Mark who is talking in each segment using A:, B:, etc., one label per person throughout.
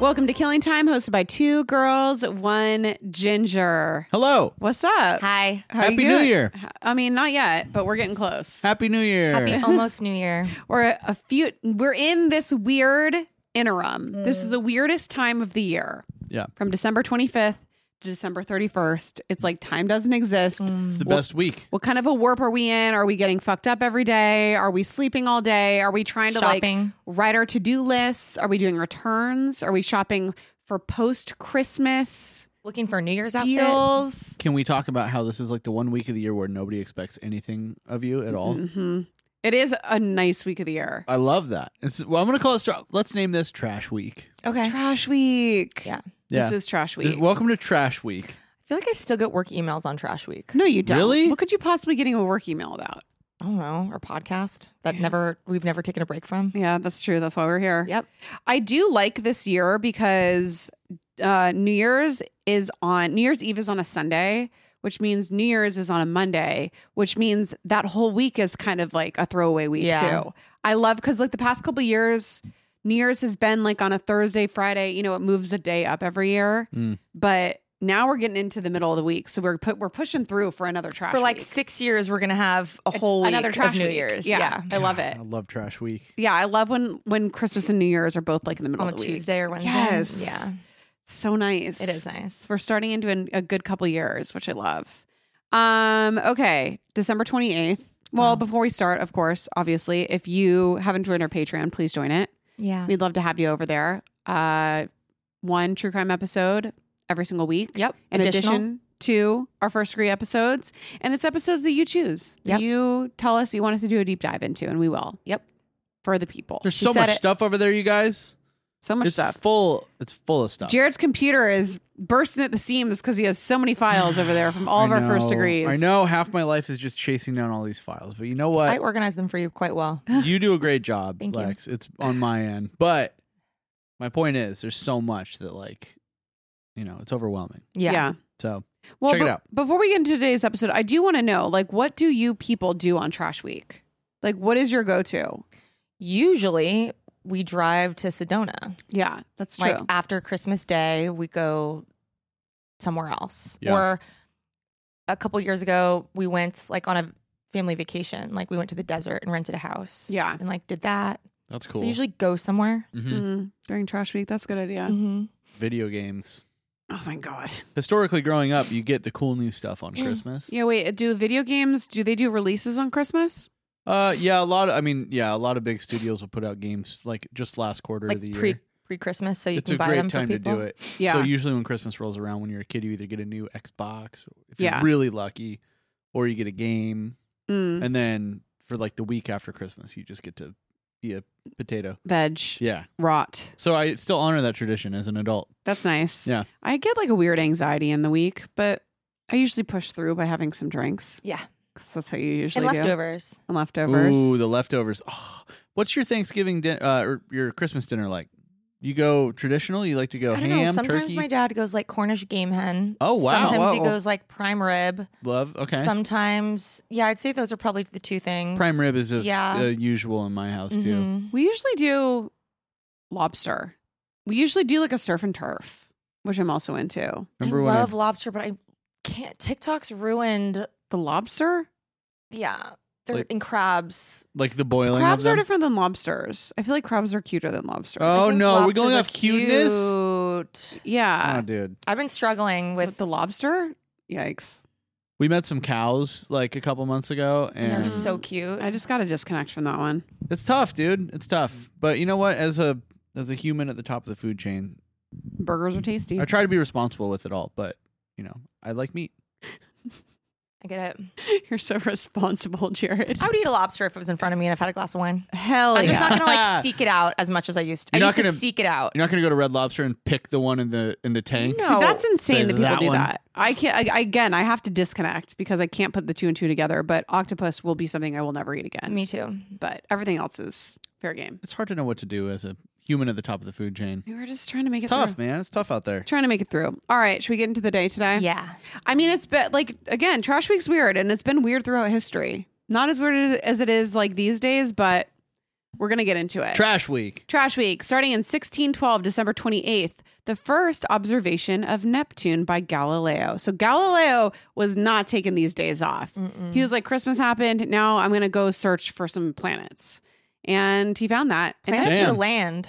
A: Welcome to Killing Time, hosted by two girls, one ginger.
B: Hello.
A: What's up?
C: Hi.
A: How you
B: Happy New
A: doing?
B: Year.
A: I mean, not yet, but we're getting close.
B: Happy New Year.
C: Happy almost New Year.
A: We're a few. We're in this weird interim. This is the weirdest time of the year.
B: Mm. Yeah.
A: From December 25th to December 31st, it's like time doesn't exist.
B: it's the best week.
A: What kind of a warp are we in? Are we getting fucked up every day? Are we sleeping all day? Are we trying to
C: Shopping.
A: like write our to-do lists? Are we doing returns? Are we shopping for post-Christmas
C: Looking for a New Year's outfit.
A: deals?
B: Can we talk about how this is like the one week of the year where nobody expects anything of you at all?
A: Mhm. It is a nice week of the year.
B: I love that. It's, well, I'm going to call it, stra- let's name this Trash Week.
C: Okay. I
A: Trash week.
C: Yeah.
B: Yeah.
A: This is trash week.
B: Welcome to Trash Week.
C: feel like I still get work emails on trash week.
A: no, you don't.
B: Really?
A: What could you possibly getting a work email about?
C: I don't know. Or podcast that never we've never taken a break from.
A: Yeah, that's true. That's why we're here.
C: Yep.
A: I do like this year because uh, New Year's is on New Year's Eve is on a Sunday, which means New Year's is on a Monday, which means that whole week is kind of like a throwaway week
C: Yeah.
A: too. I love because like the past couple years, New Year's has been like on a Thursday, Friday. You know, it moves a day up every year,
B: Mm.
A: but now we're getting into the middle of the week, so we're put we're pushing through for another trash
C: For like
A: week.
C: six years, we're gonna have a whole
A: another
C: week
A: trash
C: of New
A: week.
C: Year's.
A: Yeah, I love
B: God,
A: it.
B: I love Trash Week.
A: Yeah, I love when when Christmas and New Year's are both like in the middle
C: On a
A: of the week.
C: Tuesday or Wednesday.
A: Yes.
C: Yeah.
A: So nice.
C: It is nice.
A: We're starting into an, a good couple years, which I love. Um, okay, December 28th. Well,
C: Wow.
A: before we start, of course, obviously, if you haven't joined our Patreon, please join it.
C: Yeah.
A: We'd love to have you over there. Uh, one true crime episode every single week,
C: Yep.
A: in
C: Additional.
A: addition to our first three episodes. And it's episodes that you choose. that
C: Yep.
A: You tell us you want us to do a deep dive into, and we will.
C: Yep.
A: For the people.
B: There's
C: She
B: so
C: said
B: much
C: it.
B: stuff over there, you guys.
A: so much
B: it's
A: stuff.
B: full. It's full of stuff.
A: Jared's computer is bursting at the seams because he has so many files over there from all of
B: I
A: our first
B: know.
A: degrees.
B: I know half my life is just chasing down all these files, but you know what?
C: I organize them for you quite well.
B: you do a great job,
C: Thank you.
B: Lex. It's on my end, but my point is, there's so much that like, you know, it's overwhelming.
C: Yeah.
B: So
A: Well,
B: Check it
A: be-
B: out.
A: before we get into today's episode, I do want to know, like, what do you people do on Trash Week? Like, what is your go-to?
C: Usually we drive to Sedona.
A: Yeah, that's true.
C: like after Christmas Day, we go somewhere else.
B: Yeah.
C: Or a couple years ago, we went like on a family vacation. Like we went to the desert and rented a house.
A: Yeah.
C: and like did that.
B: that's
C: So
B: cool.
C: I usually Mm. go somewhere.
B: Mhm.
A: Mhm. During Trash Week, that's a good idea.
C: Mm-hmm.
B: Video games.
A: Oh my god.
B: Historically, growing up, you get the cool new stuff on Christmas.
A: Yeah. Wait. uh, Do video games? Do they do releases on Christmas?
B: Uh, yeah, a lot. Of, I mean, yeah, a lot of big studios will put out games like just last quarter
C: Like
B: of the year.
C: pre pre Christmas, so you
B: it's
C: can
B: a
C: buy
B: great
C: them
B: time
C: for
B: to
C: people.
B: do it.
A: Yeah.
B: So usually when Christmas rolls around, when you're a kid, you either get a new Xbox, if
A: Yeah.
B: you're really lucky, or you get a game,
C: Mm-hmm.
A: Mm.
B: and then for like the week after Christmas, you just get to be a potato.
A: Veg.
B: Yeah.
A: Rot.
B: So I still honor that tradition as an adult.
A: That's nice.
B: Yeah.
A: I get like a weird anxiety in the week, but I usually push through by having some drinks
C: Yeah,
A: because that's how you usually
C: and
A: do.
C: leftovers.
A: and leftovers.
B: Ooh, the leftovers. Oh, what's your Thanksgiving din- uh, or your Christmas dinner like? You go traditional? You like to go
C: I don't
B: ham,
C: know. Sometimes
B: turkey,
C: my dad goes like Cornish game hen.
B: Oh, wow.
C: Sometimes he
A: Whoa.
C: goes like prime rib.
B: love? Okay.
C: Sometimes, yeah, I'd say those are probably the two things.
B: Prime rib is a,
C: Yeah.
B: a usual in my house too.
C: Mhm.
A: We usually do lobster. We usually do like a surf and turf, which I'm also into.
B: Remember
C: I
B: when I-
C: love lobster, but I can't. TikTok's ruined.
A: The lobster?
C: Yeah, they're
B: Like-
C: in crabs.
B: like the boiling
A: crabs
B: of them?
A: are different than lobsters. I feel like crabs are cuter than lobsters.
B: Oh,
C: I think
B: no, we're
C: lobsters
B: going
C: are
B: off cuteness?
C: cute.
A: yeah.
B: oh, dude.
C: I've been
B: Oh,
C: struggling
A: with,
C: with
A: the lobster? Yikes.
B: We met some cows like a couple months ago,
C: and
B: and
C: they're
A: Mm.
C: so cute.
A: I just got a disconnect from that one.
B: it's tough, dude. It's tough. But you know what? As a as a human at the top of the food chain,
A: Burgers are tasty.
B: I try to be responsible with it all. But you know, I like meat.
C: I get it.
A: You're so responsible, Jared.
C: I would eat a lobster if it was in front of me and I've had a glass of wine.
A: Hell
C: I'm
A: yeah.
C: just not gonna like seek it out as much as I used to.
B: You're not
C: I used to
B: gonna-
C: seek it out.
B: You're not gonna go to Red Lobster and pick the one in the in the tank.
A: See, that's
B: Say
A: insane that people
B: that
A: do
B: one.
A: that. I can't. I, again, I have to disconnect because I can't put the two and two together. But octopus will be something I will never eat again.
C: Me too.
A: but everything else is fair game.
B: It's hard to know what to do as a human at the top of the food chain.
A: We were just trying to make
B: It's
A: it
B: tough,
A: through.
B: man. It's tough out there.
A: Trying to make it through. All right, should we get into the day today?
C: Yeah.
A: I mean, it's been like again, trash week's weird, and it's been weird throughout history. Not as weird as- as it is like these days, but We're gonna get into it.
B: Trash week.
A: Trash week, starting in 1612, December 28th, the first observation of Neptune by Galileo. So Galileo was not taking these days off.
C: Mm-mm.
A: He was like, Christmas happened. Now I'm going to go search for some planets. And he found that. And
C: planets or
B: Damn.
C: land?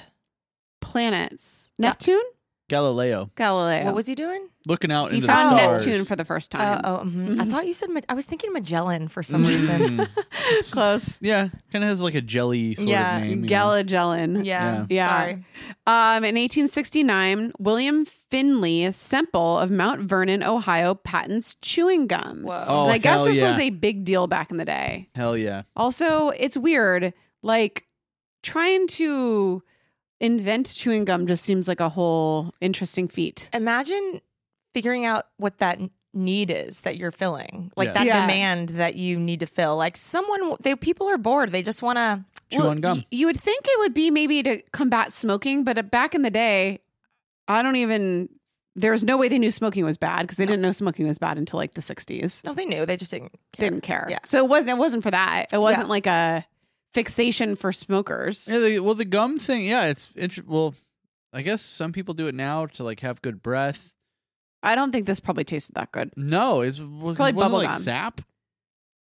A: planets.
C: Yeah.
A: Neptune?
B: Galileo
A: Galileo.
C: What was he doing?
B: looking out
A: he
B: into
A: found
B: the stars.
A: Neptune for the first
C: Uh,
A: time.
C: oh, mhm. I
A: Mhm.
C: thought you said. Ma- I was thinking Magellan for some reason.
B: Mm.
A: Close.
B: yeah, kind of has like a jelly sort
C: Yeah,
B: of name. you know?
A: Galagellin.
C: Yeah.
A: Yeah.
C: Sorry.
A: Um, in 1869, William Finley Semple of Mount Vernon, Ohio, patents chewing gum.
C: Whoa.
B: Oh,
A: and I guess
B: hell
A: this
B: yeah.
A: was a big deal back in the day.
B: Hell yeah.
A: Also, it's weird. Like trying to invent chewing gum just seems like a whole interesting feat.
C: Imagine figuring out what that n- need is that you're filling, like
B: Yeah.
C: that
A: Yeah.
C: demand that you need to fill. Like someone, w- they people are bored. They just want to.
B: Chew on gum.
A: y- you would think it would be maybe to combat smoking, but uh, back in the day, I don't even. There's no way they knew smoking was bad because they didn't know smoking was bad until like the 60s.
C: No, they knew. They just didn't.
A: They
C: Care.
A: didn't care.
C: Yeah.
A: So it wasn't it wasn't for that. It wasn't like a fixation for smokers.
B: Yeah, the, well, the gum thing, yeah, it's inter- well, I guess some people do it now to like have good breath.
A: I don't think this probably tasted that good.
B: No, it's was
A: Probably
B: wasn't it
A: bubble
B: like
A: gum.
B: sap.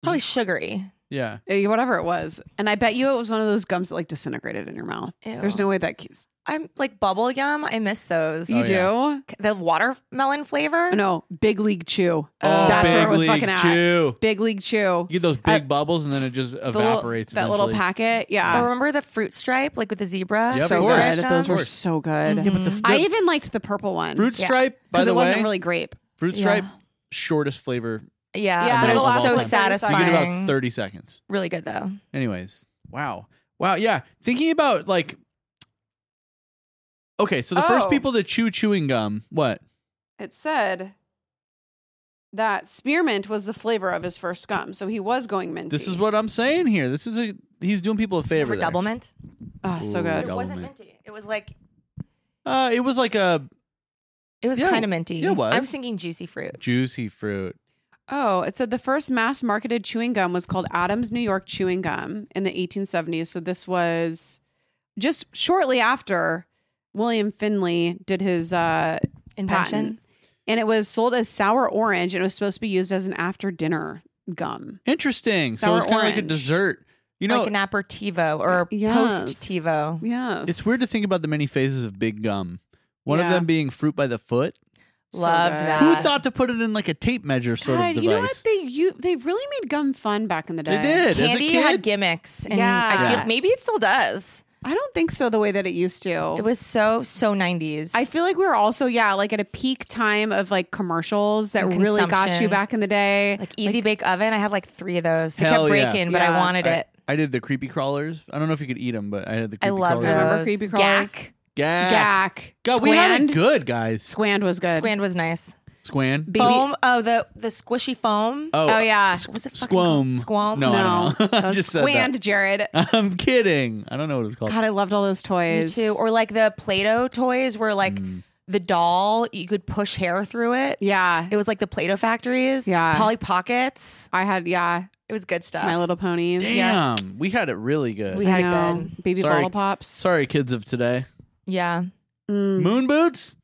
C: Probably sugary.
B: Yeah,
A: Eh, Whatever it was. And I bet you it was one of those gums that like disintegrated in your mouth. There's no way that keeps
C: I'm like bubble gum. I miss those.
A: You
B: Oh,
A: do? Oh,
C: The watermelon flavor.
A: No, Big League Chew.
C: Oh,
A: Uh, That's where it was
B: League
A: fucking at.
B: Chew.
A: Big League Chew.
B: You get those
A: I-
B: big bubbles, and then it just
A: Uh, The little-
B: evaporates.
A: that little
B: eventually.
A: packet.
C: Or
A: Yeah.
C: remember the fruit stripe, like with the zebra.
B: Yeah, of
A: so
B: course.
A: good.
B: Of
A: Those were
B: course.
A: so good.
C: Mhm.
B: But the, f-
A: Mm-hmm. I
B: the
A: even liked the purple one.
B: fruit
C: Yeah.
B: stripe, by
A: Because
B: the
A: it wasn't
B: way,
A: really grape.
B: fruit
C: Yeah.
B: stripe, shortest flavor.
C: Yeah,
A: Yeah,
C: but it
B: it'll
C: was
B: last
C: so
B: like
A: 30 seconds.
B: You get
C: satisfying.
B: about thirty seconds.
C: really good though.
B: Anyways, wow, wow, yeah. Thinking about like, okay, so the
A: Oh.
B: first people to chew chewing gum, what?
A: It said that spearmint was the flavor of his first gum. So he was going minty.
B: This is what I'm saying here. This is a he's doing people a favor.
C: Remember
B: there.
C: double mint?
A: Oh, so
B: Ooh.
A: good.
C: But it wasn't
B: mint.
C: minty. It was like
B: Uh, it was like a
C: it was
B: Yeah,
C: kind of minty.
B: yeah, it was.
C: I was thinking juicy fruit.
B: juicy fruit.
A: Oh, it said the first mass marketed chewing gum was called Adams New York Chewing Gum in the 1870s. So this was just shortly after William Finley did his uh,
C: Invention.
A: patent. And it was sold as sour orange and it was supposed to be used as an after dinner gum.
B: Interesting. so
A: Sour
B: it's kind of like a
A: orange.
B: dessert. You know,
C: like an aperitivo or
A: Yes.
C: post tivo.
A: Yes.
B: it's weird to think about the many phases of big gum. One
A: Yeah.
B: of them being fruit by the foot.
C: Loved
A: good.
C: that.
B: Who
C: Ah.
B: thought to put it in like a tape measure sort
A: God,
B: of device?
A: you know what? They you, they really made gum fun back in the day.
B: They did. As a
C: Candy
B: kid?
C: had gimmicks, and I
A: Yeah.
C: feel maybe it still does.
A: I don't think so the way that it used to.
C: It was so so nineties.
A: I feel like we were also, yeah, like at a peak time of like commercials that
C: And
A: really got you
C: consumption.
A: back in the day.
C: like easy bake oven. I had like three of those. They
B: Hell
C: kept
B: yeah.
C: breaking, but I
A: Yeah.
C: wanted
B: I-
C: it.
B: I did the creepy crawlers. I don't know if you could eat them, but I had the
C: I
B: creepy
C: love
B: crawlers.
C: those.
A: Remember creepy crawlers?
C: Gack.
B: Gack.
A: Gack.
B: God, we had
A: Squand.
B: it good, guys.
A: Squand was good.
C: Squand was nice.
B: Squan.
A: Baby-
C: Foam. Oh, the the squishy foam.
A: Oh, yeah.
C: What was it? fucking called?
B: Squam.
C: Squam.
B: No, I
A: No.
B: don't know. I
A: That was
B: just said
A: Squand,
B: that. Oh.
A: Jared.
B: I'm kidding. I don't know what it's called.
A: God, I loved all those
C: Me
A: toys.
C: too. Or like the Play-Doh toys where like
B: Mm.
C: the doll you could push hair through it.
A: yeah.
C: It was like the Play-Doh factories.
A: Yeah.
C: Polly Pockets.
A: I had, yeah,
C: It was good stuff.
A: My Little Ponies.
B: Damn, we had it really good.
C: We had
A: I
C: it
A: know.
C: good.
A: Baby
B: Sorry.
A: Bottle Pops.
B: Sorry, kids of today.
C: Yeah.
A: Mm,
B: Moon boots.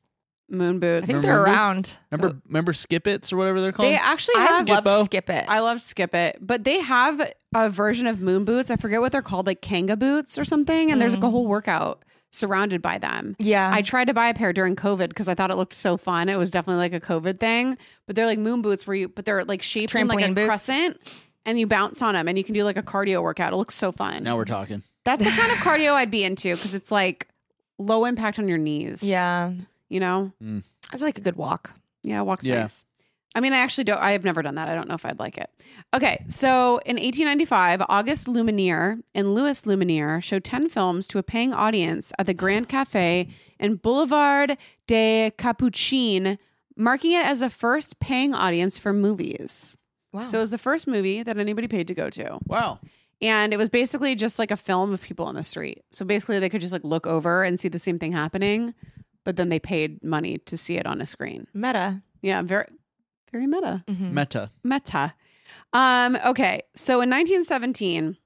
A: moon
C: I
A: Boots.
C: think
B: Remember
C: they're
B: Moon Boots?
C: around.
B: Remember, remember Skippets or whatever they're called.
A: They actually
C: I
A: have.
B: Skip- Skip-o.
C: love Skip It.
A: I loved Skip It, but they have a version of moon boots. I forget what they're called, like Kanga boots or something. And there's like a whole workout surrounded by them.
C: Mm. yeah.
A: I tried to buy a pair during COVID because I thought it looked so fun. It was definitely like a COVID thing, but they're like moon boots where you, but they're like shaped in like a
C: Trampoline boots?
A: crescent, and you bounce on them and you can do like a cardio workout. It looks so fun.
B: now we're talking.
A: That's the kind of cardio I'd be into because it's like low impact on your knees.
C: yeah.
A: you know,
C: I just like a good walk.
A: yeah, walks
B: Yeah.
A: nice. I mean, I actually don't. I have never done that. I don't know if I'd like it. Okay, so in 1895, August Lumineer and Louis Lumineer show 10 films to a paying audience at the Grand Cafe in Boulevard de Capuchin, marking it as the first paying audience for movies.
C: Wow.
A: So it was the first movie that anybody paid to go to,
B: Wow.
A: and it was basically just like a film of people on the street. So basically, they could just like look over and see the same thing happening, but then they paid money to see it on a screen.
C: meta.
A: Yeah, very very meta.
C: Mhm.
B: Meta.
A: Meta. Um, okay. So in 1917,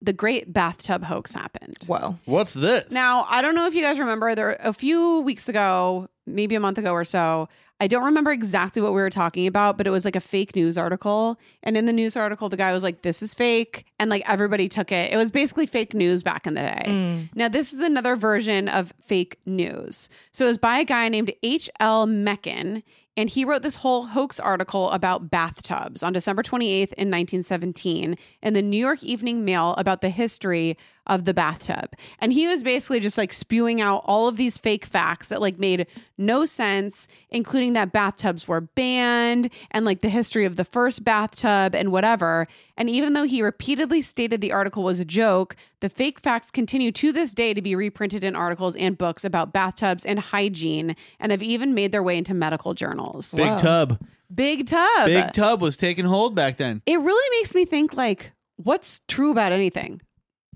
A: the great bathtub hoax happened.
C: Whoa.
B: What's this?
A: Now, I don't know if you guys remember there a few weeks ago, maybe a month ago or so. I don't remember exactly what we were talking about, but it was like a fake news article. And in the news article, the guy was like, "This is fake," and like everybody took it. It was basically fake news back in the day.
C: Mm.
A: Now, this is another version of fake news. So it was by a guy named H.L. Meckin, and he wrote this whole hoax article about bathtubs on December 28th in 1917 in the New York Evening Mail about the history of the bathtub. And he was basically just like spewing out all of these fake facts that like made no sense, including that bathtubs were banned and like the history of the first bathtub and whatever. And even though he repeatedly stated the article was a joke, the fake facts continue to this day to be reprinted in articles and books about bathtubs and hygiene and have even made their way into medical journals.
B: Big
C: Whoa.
B: tub.
A: Big tub.
B: Big tub was taking hold back then.
A: it really makes me think like what's true about anything?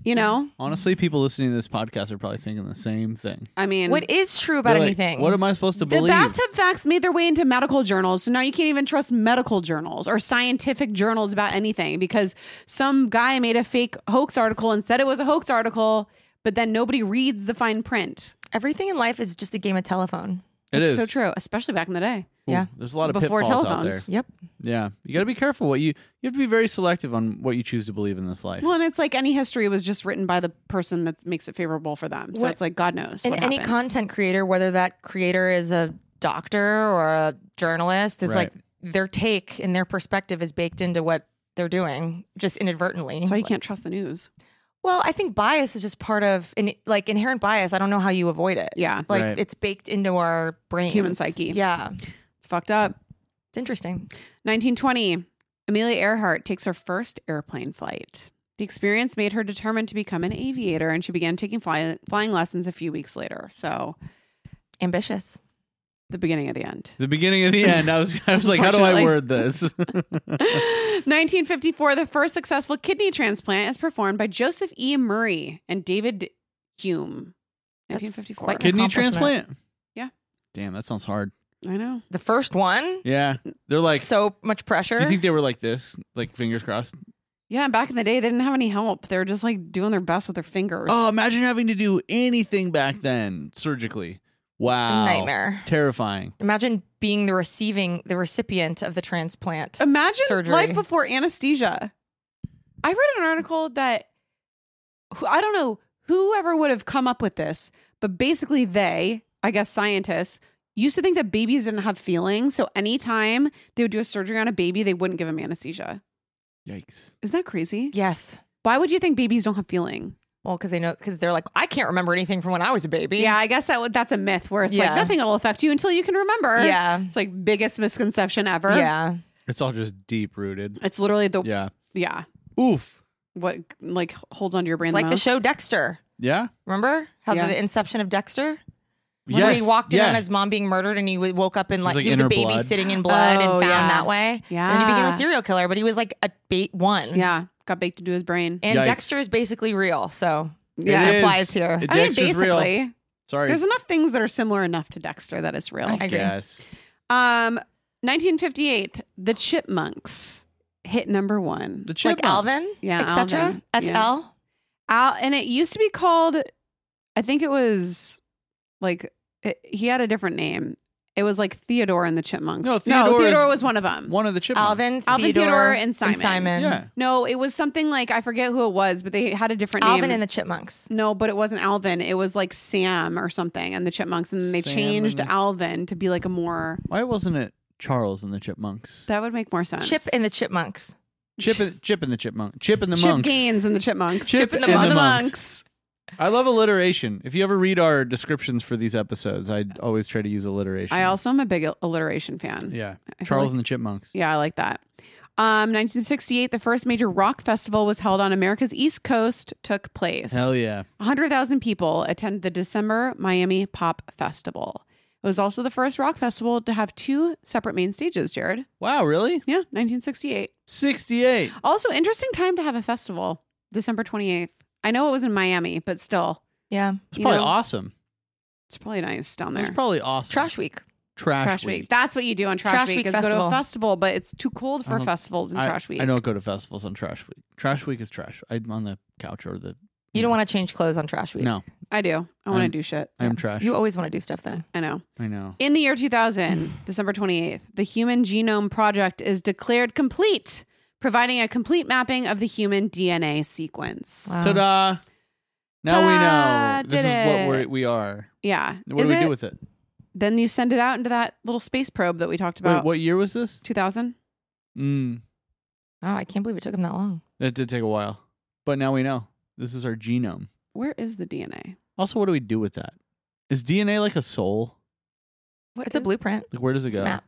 A: You know?
B: Honestly, people listening to this podcast are probably thinking the same thing.
A: I mean,
C: Mm. What is true about
B: They're like,
C: anything?
B: What am I supposed to
A: The
B: believe?
A: bathtub facts made their way into medical journals, so now you can't even trust medical journals or scientific journals about anything because some guy made a fake hoax article and said it was a hoax article, but then nobody reads the fine print.
C: Everything in life is just a game of telephone.
B: it
A: It's
B: is
A: so true, especially back in the day.
B: Ooh,
C: Yeah.
B: there's a lot of
A: Before
B: pitfalls out
A: telephones.
B: there.
C: Yep.
B: Yeah, you got to be careful. What you you have to be very selective on what you choose to believe in this life.
A: Well, and it's like any history was just written by the person that makes it favorable for them. So
C: What-
A: it's like God knows.
C: And
A: what
C: any
A: happened.
C: content creator, whether that creator is a doctor or a journalist, is
B: Right.
C: like their take and their perspective is baked into what they're doing just inadvertently.
A: That's why you can't trust the news.
C: Well, I think bias is just part of in, like inherent bias. I don't know how you avoid it.
A: Yeah,
C: Like
B: Right.
C: it's baked into our brain,
A: Human psyche.
C: Yeah,
A: it's fucked up.
C: it's interesting.
A: 1920, Amelia Earhart takes her first airplane flight. The experience made her determined to become an aviator, and she began taking fly- flying lessons a few weeks later. So,
C: Ambitious.
A: the beginning of the end.
B: The beginning of the end. I was I was like, how do I
A: Unfortunately.
B: word this?
A: 1954, the first successful kidney transplant is performed by Joseph E. Murray and David Hume.
C: That's
A: 1954.
C: quite
B: Kidney
C: Accomplishment.
B: transplant.
A: Yeah.
B: Damn, that sounds hard.
A: I know.
C: The first one,
B: Yeah, they're like.
C: like so much pressure.
B: you think they were like this, like fingers crossed?
A: Yeah, and back in the day, they didn't have any help. They were just like doing their best with their fingers.
B: Oh, imagine having to do anything back then surgically. Wow,
C: A nightmare.
B: terrifying.
C: Imagine being the receiving, the recipient of the transplant.
A: Imagine
C: Surgery.
A: life before anesthesia. I read an article that who- I don't know whoever would have come up with this, but basically they, I guess scientists, used to think that babies didn't have feelings. So anytime they would do a surgery on a baby, they wouldn't give them anesthesia.
B: Yikes.
A: Isn't that crazy?
C: yes.
A: Why would you think babies don't have feeling?
C: Well, because they know, because they're like, I can't remember anything from when I was a baby.
A: Yeah, I guess that would- that's a myth where it's
C: Yeah.
A: like nothing will affect you until you can remember.
C: Yeah.
A: It's like biggest misconception ever.
C: Yeah.
B: It's all just deep rooted.
A: It's literally the yeah.
B: Yeah. Oof.
A: What like holds onto your brain
C: It's
A: the
C: like the
A: most.
C: show Dexter.
B: Yeah.
C: Remember how
A: Yeah.
C: the inception of Dexter? Where
B: yes.
C: he walked in
B: yeah.
C: on his mom being murdered and he w- woke up in like,
B: like
C: he was a
B: inner
C: baby
B: blood.
C: sitting in blood and
A: Oh,
C: found
A: yeah.
C: that way. And then he became
A: Yeah.
C: a serial killer, but he was like a bait one.
A: Yeah, got baked into his brain.
C: And
B: Yikes.
C: Dexter is basically real. So
B: It
A: Yeah.
C: it
B: is.
C: applies here.
B: It-
A: I mean,
B: Dexter's real.
A: basically,
B: Sorry.
A: there's enough things that are similar enough to Dexter that it's real.
C: I agree.
B: Yes.
A: Um, 1958, The Chipmunks hit number one.
B: The chip.
C: like Alvin,
A: Yeah,
C: etc.
A: Alvin.
C: Et
A: Yeah.
C: al.
A: Al, and it used to be called, I think it was like it, he had a different name. It was like Theodore and the Chipmunks.
B: No, Theodore is-
A: Theodore was one of them.
B: One of the chipmunks.
C: Alvin,
A: Alvin,
C: Theodore,
A: Theodore, and Simon.
C: Simon.
B: Yeah.
A: no, it was something like I forget who it was, but they had a different name.
C: Alvin and the Chipmunks.
A: No, but it wasn't Alvin. It was like Sam or something and the Chipmunks. And then they
B: Sam
A: changed
B: and the-
A: Alvin to be like a more.
B: Why wasn't it Charles and the Chipmunks?
A: That would make more sense.
C: Chip and the Chipmunks.
B: Chip and Chip and the Chipmunk. Chip and the
A: Chip
B: Monks.
A: Gaines and the Chipmunks.
B: Chip
A: and
B: and the Monks. I love alliteration. If you ever read our descriptions for these episodes, I always try to use alliteration.
A: I also am a big alliteration fan.
B: yeah.
A: I feel
B: Charles
A: like-
B: and the Chipmunks.
A: yeah, I like that. Um, 1968, the first major rock festival was held on America's East Coast. Took place.
B: Hell yeah.
A: 100,000 people attended the December Miami Pop Festival. It was also the first rock festival to have two separate main stages. Jared,
B: Wow, really?
A: yeah, 1968.
B: 68.
A: Also, interesting time to have a festival, December 28th. I know it was in Miami, but still,
C: Yeah.
B: It's
A: You
B: probably
A: know,
B: awesome.
A: it's probably nice down
B: It's
A: there.
B: probably awesome.
C: Trash Week.
B: Trash,
A: Trash week. That's what you do on Trash,
C: Trash
A: Week,
C: Week
A: is go to a
C: festival.
A: festival, but it's too cold
B: I
A: for
B: don't-
A: festivals in
B: I,
A: Trash Week.
B: I don't go to festivals on Trash Week. Trash Week is trash. I'm on the couch or the.
C: You don't want to change clothes on trash week.
B: Mm. No,
A: I do. I want to
B: I'm-
A: do shit.
B: I am trash.
C: You always want to do stuff then.
A: I know.
B: I know.
A: In the year 2000, December 28th, the Human Genome Project is declared complete, providing a complete mapping of the human DNA sequence.
C: Wow.
B: Ta da! Now
A: Ta-da!
B: we know. This
A: Did
B: is what
A: it.
B: we're, we are.
A: Yeah.
B: What
A: Is
B: do we
A: it?
B: do with it?
A: then you send it out into that little space probe that we talked
B: Wait,
A: about.
B: what year was this?
A: 2000?
B: Mm,
C: Wow, I can't believe it took him that long.
B: that did take a while. But now we know. This is our genome.
A: Where is the DNA?
B: Also, what do we do with that? Is DNA like a soul?
A: What
C: it's a
A: is-
C: blueprint.
B: Like, where does it
C: It's
B: go?
C: a map.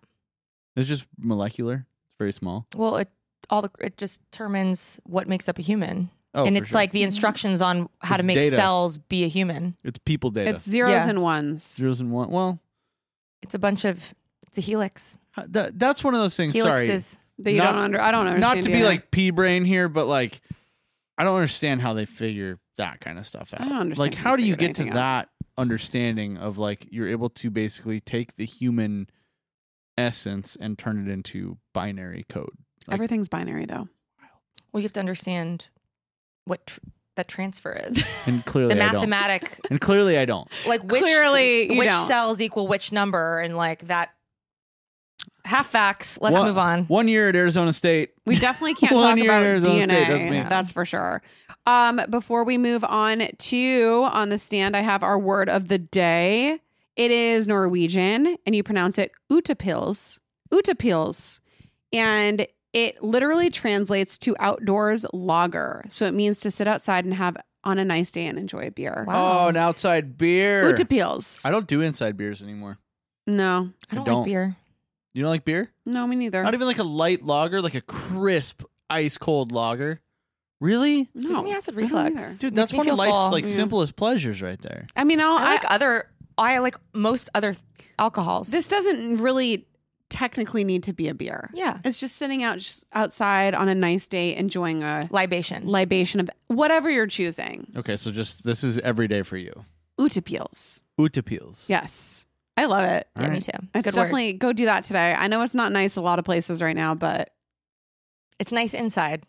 B: It's just molecular. It's very small.
C: Well, it all the it just determines what makes up a human,
B: Oh,
C: and
B: for
C: it's
B: sure.
C: like the instructions on how
B: It's
C: to make
B: data.
C: cells be a human.
B: it's people data.
A: It's zeros
C: Yeah.
A: and ones.
B: zeros and one. Well,
C: It's a bunch of it's a helix.
B: h- that, that's one of those things. Sorry,
C: Helixes.
A: That you
B: Not-
A: don't under I don't understand.
B: not to be
A: DNA.
B: like pea brain here, but like I don't understand how they figure that kind of stuff out.
A: I don't understand
B: Like,
A: how
B: how
A: they
B: do you
A: figured
B: get to
A: anything
B: that understanding of like you're able to basically take the human essence and turn it into binary code? like-
A: everything's binary though.
C: Well, you have to understand what tr- that transfer is.
B: And
C: the
B: clearly, I don't.
C: mathematic,
B: And clearly, I don't.
C: like which
A: Clearly, you
C: which
A: don't.
C: cells equal which number, and like that. Half facts. Let's
B: One-
C: move on.
B: One year at Arizona State.
A: We definitely can't
B: One
A: talk
B: year
A: about
B: in Arizona
A: DNA.
B: State, that's me.
A: that's for sure. Um, before we move on to on the stand, I have our word of the day. It is Norwegian, and you pronounce it utapils. Utapils, and it literally translates to outdoors lager. So it means to sit outside and have on a nice day and enjoy a beer.
C: Wow. Oh, an
B: outside beer.
A: Utapils.
B: I don't do inside beers anymore.
A: No,
C: I don't,
B: don't.
C: like beer.
B: You don't like beer?
A: no, me neither.
B: Not even like a light lager, like a crisp, ice cold lager. Really?
A: no,
C: Gives me acid
A: I don't
C: reflux.
A: either.
B: Dude,
C: Makes
B: that's
C: me
B: one
C: feel
B: of life's
C: full.
B: like
A: Yeah.
B: simplest pleasures right there.
A: I mean, I'll,
C: I like other. I like most other alcohols.
A: This doesn't really technically need to be a beer.
C: yeah,
A: It's just sitting out just outside on a nice day, enjoying a
C: libation.
A: libation of whatever you're choosing.
B: Okay, so just this is every day for you.
A: Utapils.
B: Utapils.
A: Yes, I love it.
C: yeah, me too.
A: It's
C: Good word.
A: definitely go do that today. I know it's not nice a lot of places right now, but
C: It's nice inside.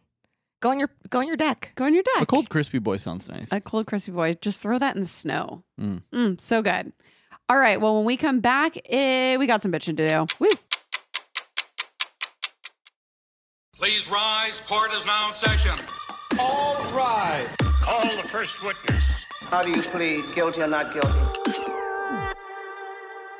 C: Go on your go on your deck.
A: go on your deck.
B: A cold crispy boy sounds nice.
A: a cold crispy boy. Just throw that in the snow.
B: Mm.
A: Mm, so good. All right. Well, when we come back, eh, we got some bitching to do. Woo.
D: Please rise. Court is now in session.
E: All rise.
D: Call the first witness.
F: How do you plead, guilty or not guilty?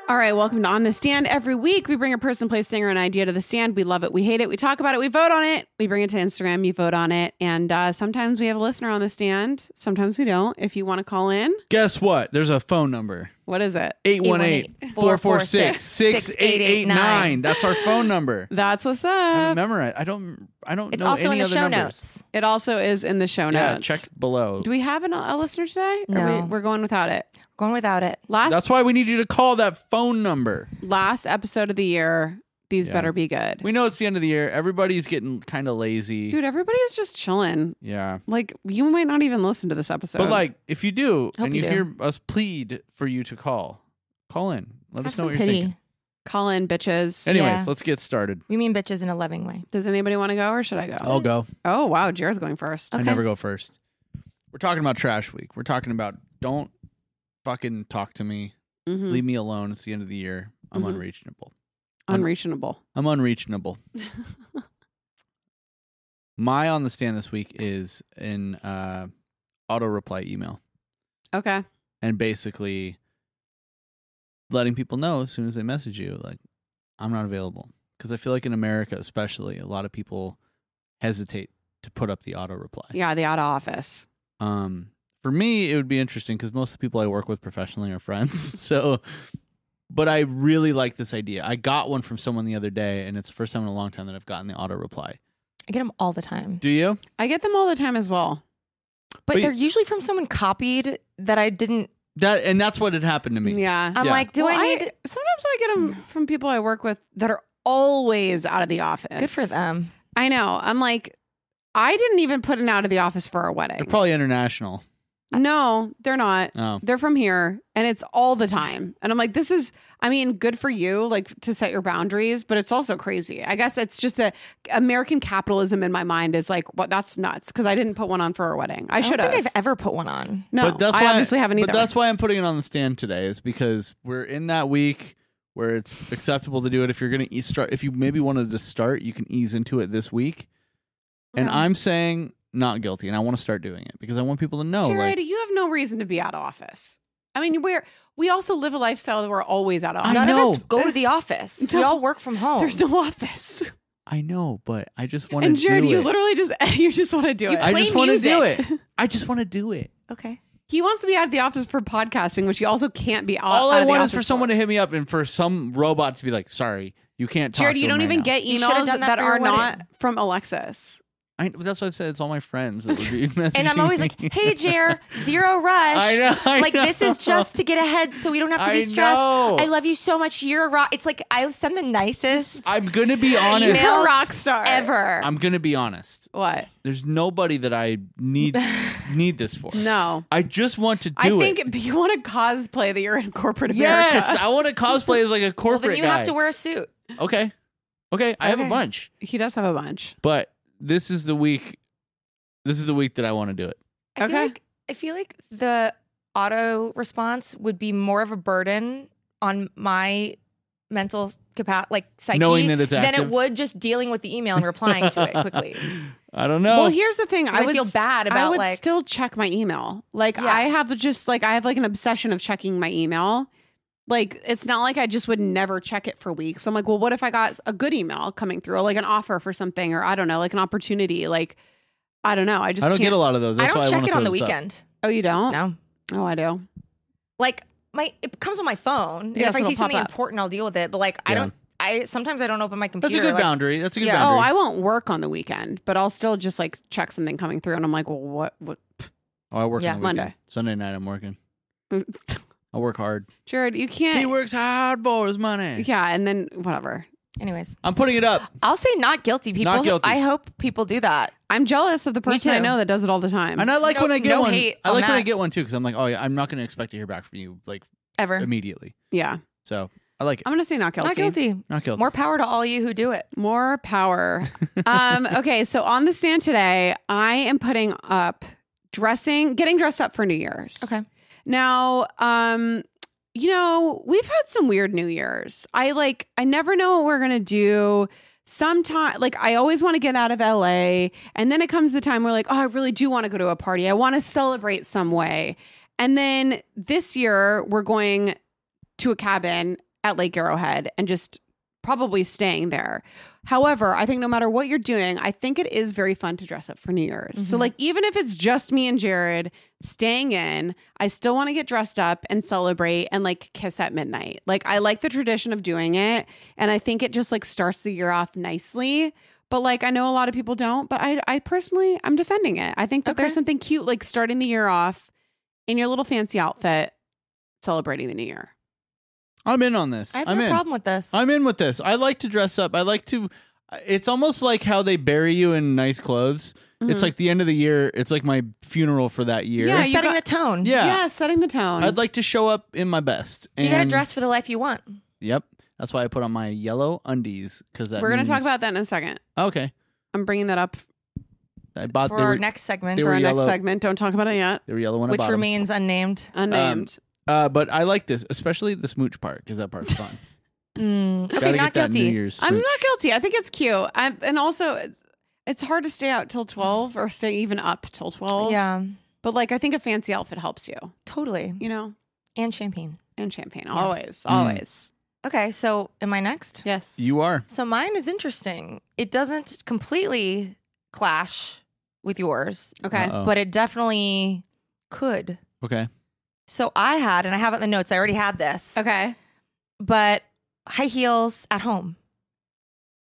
A: All right, welcome to On the Stand. Every week, we bring a person, place, thing, or an idea to the stand. We love it, we hate it, we talk about it, we vote on it. We bring it to Instagram, you vote on it, and uh, sometimes we have a listener on the stand. Sometimes we don't. If you want to call in,
B: Guess what? There's a phone number.
A: what is it?
B: 818-446-6889. That's our phone number.
A: That's what's
B: I
A: up.
B: don't memorize. I don't I don't
C: It's
B: know
C: also
B: any
C: in the
B: other
C: show
B: numbers.
C: notes.
A: It also is in the show
B: Yeah,
A: notes.
B: check below.
A: Do we have an, a listener today? Or
C: No.
A: we, we're going without it.
C: Going without it.
A: Last
B: That's why we need you to call that phone number.
A: last episode of the year. These
B: Yeah.
A: better be good,
B: We know it's the end of the year. Everybody's getting kind of lazy.
A: dude. Everybody is just chilling.
B: Yeah.
A: Like you might not even listen to this episode,
B: But like, if you do,
C: um, Hope
B: and
C: you
B: you,
C: do.
B: hear us plead for you to call, call in. Let
C: Have
B: us know
C: some
B: what you're
C: pity.
B: thinking.
A: call in, bitches.
B: Anyways,
C: Yeah.
B: let's get started.
C: We mean bitches in a loving way.
A: Does anybody want to go or should I go?
B: I'll go.
A: Oh wow, Jared's going first.
B: I
C: Okay.
B: never go first. We're talking about trash week. We're talking about don't fucking talk to me.
C: Hmm.
A: Mhm.
B: Leave me alone. It's the end of the year. I'm
A: Mhm.
C: Mm-hmm.
B: unreachable.
A: Unreasonable.
B: I'm unreachable. My on the stand this week is an uh, auto reply email.
A: Okay.
B: and basically letting people know as soon as they message you like i'm not available because i feel like in america especially a lot of people hesitate to put up the auto reply
A: Yeah, the out of office.
B: um for me it would be interesting because most of the people i work with professionally are friends so but i really like this idea i got one from someone the other day and it's the first time in a long time that i've gotten the auto reply
C: I get them all the time.
B: do you
A: I get them all the time as well.
C: But
B: But-
C: they're usually from someone copied that I didn't.
B: that and that's what had happened to me
A: Yeah.
C: I'm
B: Yeah.
C: like, Um, do
A: Well,
C: I need.
A: Sometimes I get them from people I work with that are always out of the office.
C: Good for them.
A: I know. I'm like, I didn't even put an out of the office for our wedding.
B: they're probably international
A: No, they're not.
B: Oh.
A: They're from here and it's all the time. And I'm like, this is, I mean, good for you, like to set your boundaries, but it's also crazy. I guess it's just that American capitalism in my mind is like, what? that's nuts because I didn't put one on for our wedding. I,
C: I
A: should
C: don't think
A: have.
C: I've ever put one on.
A: No,
B: but that's
A: I
B: why
A: obviously haven't either.
B: But that's why I'm putting it on the stand today is because we're in that week where it's acceptable to do it. If you're going to start, if you maybe wanted to start, you can ease into it this week. And
C: Yeah.
B: I'm saying not guilty, and I want to start doing it because I want people to know.
A: Jared,
B: like,
A: you have no reason to be out of office. I mean, we're, we also live a lifestyle that we're always out of
B: I
A: office.
C: None
B: know.
C: of us go to the office. We
A: No.
C: all work from home.
A: There's no office.
B: I know, but I just want
A: And
B: to.
A: Jared,
B: do
A: you
B: it.
A: literally just, you just want to do
C: You
A: it.
B: I
C: play
B: just want to do
C: music.
B: it. I just want to do it.
C: okay.
A: he wants to be out of the office for podcasting, which he also can't be out,
B: All
A: out
B: I
A: of the
B: want is for
A: office
B: someone to hit me up and for some robot to be like, "Sorry, you can't talk."
A: Jared,
B: to
A: you
B: him
A: don't
B: right
A: even
B: now."
A: get
C: You should've
A: emails
C: done
A: that,
C: that for
A: are
C: your
A: not
C: wedding.
A: from Alexis.
B: I, that's why I've said it's all my friends that would be messaging
C: And I'm always like,
B: me.
C: hey, Jer, zero rush.
B: I know, I
C: like, this is
B: know.
C: just to get ahead so we don't have to
B: I
C: be stressed.
B: know.
C: I love you so much. You're a rock. It's like, I send the nicest
B: I'm gonna be honest.
C: Email.
A: You're a rock star.
C: ever.
B: I'm gonna be honest.
A: What?
B: There's nobody that I need need this for.
A: No.
B: I just want to do
A: I think
B: it.
A: you want to cosplay that you're in corporate America.
B: yes, I want to cosplay as like a
C: well,
B: corporate
C: then you
B: guy.
C: have to wear a suit.
B: Okay, okay. I have a
C: Okay.
B: bunch,
A: He does have a bunch.
B: but this is the week. This is the week that I want to do it.
C: I
A: Okay.
C: Feel like, I feel like the auto response would be more of a burden on my mental capacity, like psyche,
B: Knowing that it's
C: than it
B: active.
C: would just dealing with the email and replying to it quickly.
B: I don't know.
A: Well, here's the thing. I,
C: I
A: would
C: feel
A: s-
C: bad
A: I
C: about,
A: would
C: like-
A: still check my email. Like
C: Yeah.
A: I have just like I have like an obsession of checking my email. Like it's not like I just would never check it for weeks. I'm like, well, what if I got a good email coming through, or like an offer for something, or I don't know, like an opportunity. Like I don't know. I just
B: I don't
A: can't.
B: get a lot of those.
C: I
B: That's
C: don't
B: why I
C: check
B: wanna
C: it on
B: throw
C: the
B: this up.
C: weekend.
A: Oh, you don't?
C: No.
A: Oh, I do.
C: Like my it comes on my phone. And
A: Yeah,
C: if
A: so
C: I
A: it'll
C: see
A: pop
C: something
A: up.
C: important, I'll deal with it. But like I
B: Yeah.
C: don't I sometimes I don't open my computer.
B: That's a good
C: like,
B: boundary. That's a good
C: Yeah.
B: boundary.
A: Oh, I won't work on the weekend, but I'll still just like check something coming through, and I'm like, well, what? What?
B: Oh, I work
C: Yeah.
B: on the weekend.
A: Monday.
B: Sunday night, I'm working. I work hard.
A: Jared, you can't.
B: He works hard for his money.
A: yeah, and then whatever.
C: Anyways,
B: I'm putting it up.
C: I'll say not guilty. People,
B: guilty.
C: I hope people do that.
A: I'm jealous of the person I
C: too.
A: know that does it all the time.
B: And I like
C: No-
B: when I get
C: no
B: one.
C: hate
B: I
C: on
B: like when I
C: that.
B: get one too, because I'm like, oh yeah, I'm not going to expect to hear back from you like
C: Ever
B: immediately.
A: yeah,
B: So I like it.
A: I'm gonna say not guilty.
C: not guilty.
B: not guilty.
C: More power to all you who do it.
A: More power. um, okay, so on the stand today, I am putting up dressing, getting dressed up for New Year's.
C: Okay.
A: Now, um, you know, we've had some weird New Year's. I like, I never know what we're gonna do. Sometimes, like, I always want to get out of LA, and then it comes the time where, like, oh, I really do want to go to a party. I want to celebrate some way. And then this year, we're going to a cabin at Lake Arrowhead and just probably staying there. However, I think no matter what you're doing, I think it is very fun to dress up for New Year's. So,
C: Mhm.
A: like, even if it's just me and Jared staying in, I still want to get dressed up and celebrate and like kiss at midnight. Like, I like the tradition of doing it. And I think it just like starts the year off nicely. But like, I know a lot of people don't, but I, I personally, I'm defending it. I think that
C: Okay.
A: there's something cute like starting the year off in your little fancy outfit celebrating the new year.
B: I'm in on this.
C: I have
B: am
C: no
B: in.
C: problem with this.
B: I'm in with this. I like to dress up. I like to. It's almost like how they bury you in nice clothes.
C: Mm-hmm.
A: Mm-hmm.
B: It's like the end of the year. It's like my funeral for that year.
A: Yeah,
C: You're
A: you
C: setting
A: got-
C: the tone.
B: Yeah.
A: Yeah, setting the tone.
B: I'd like to show up in my best. And Uh,
C: You got to dress for the life you want.
B: Yep. That's why I put on my yellow undies because that. Mm.
A: We're going to talk
B: means- Ah,
A: about that in a second.
B: Okay.
A: I'm bringing that up
B: I bought.
C: for
B: they
C: our
B: were,
C: next segment,
B: they
A: for
B: were
A: our
B: yellow.
A: next segment. Don't talk about it yet.
B: They were yellow on a
C: which
B: bottom.
C: remains unnamed.
B: Um,
A: Unnamed.
B: Uh, but I like this, especially the smooch part, because that part's fun.
C: Mm,
B: Gotta
C: okay, not
B: get that New
C: guilty.
B: Year's
A: I'm
B: smooch.
A: not guilty. I think it's cute. I, and also, it's, it's hard to stay out till 12 or stay even up till 12.
C: Yeah,
A: But like, I think a fancy outfit helps you,
C: totally.
A: you know?
C: And champagne.
A: And champagne.
C: Yeah.
A: Always. Always.
C: Okay, so am I next?
A: Yes.
B: Mm. You are.
C: So mine is interesting. It doesn't completely clash with yours,
A: Okay.
B: Uh-oh.
C: but it definitely could.
B: Okay.
C: So I had, and I have it in the notes. I already had this.
A: Okay.
C: but high heels at home.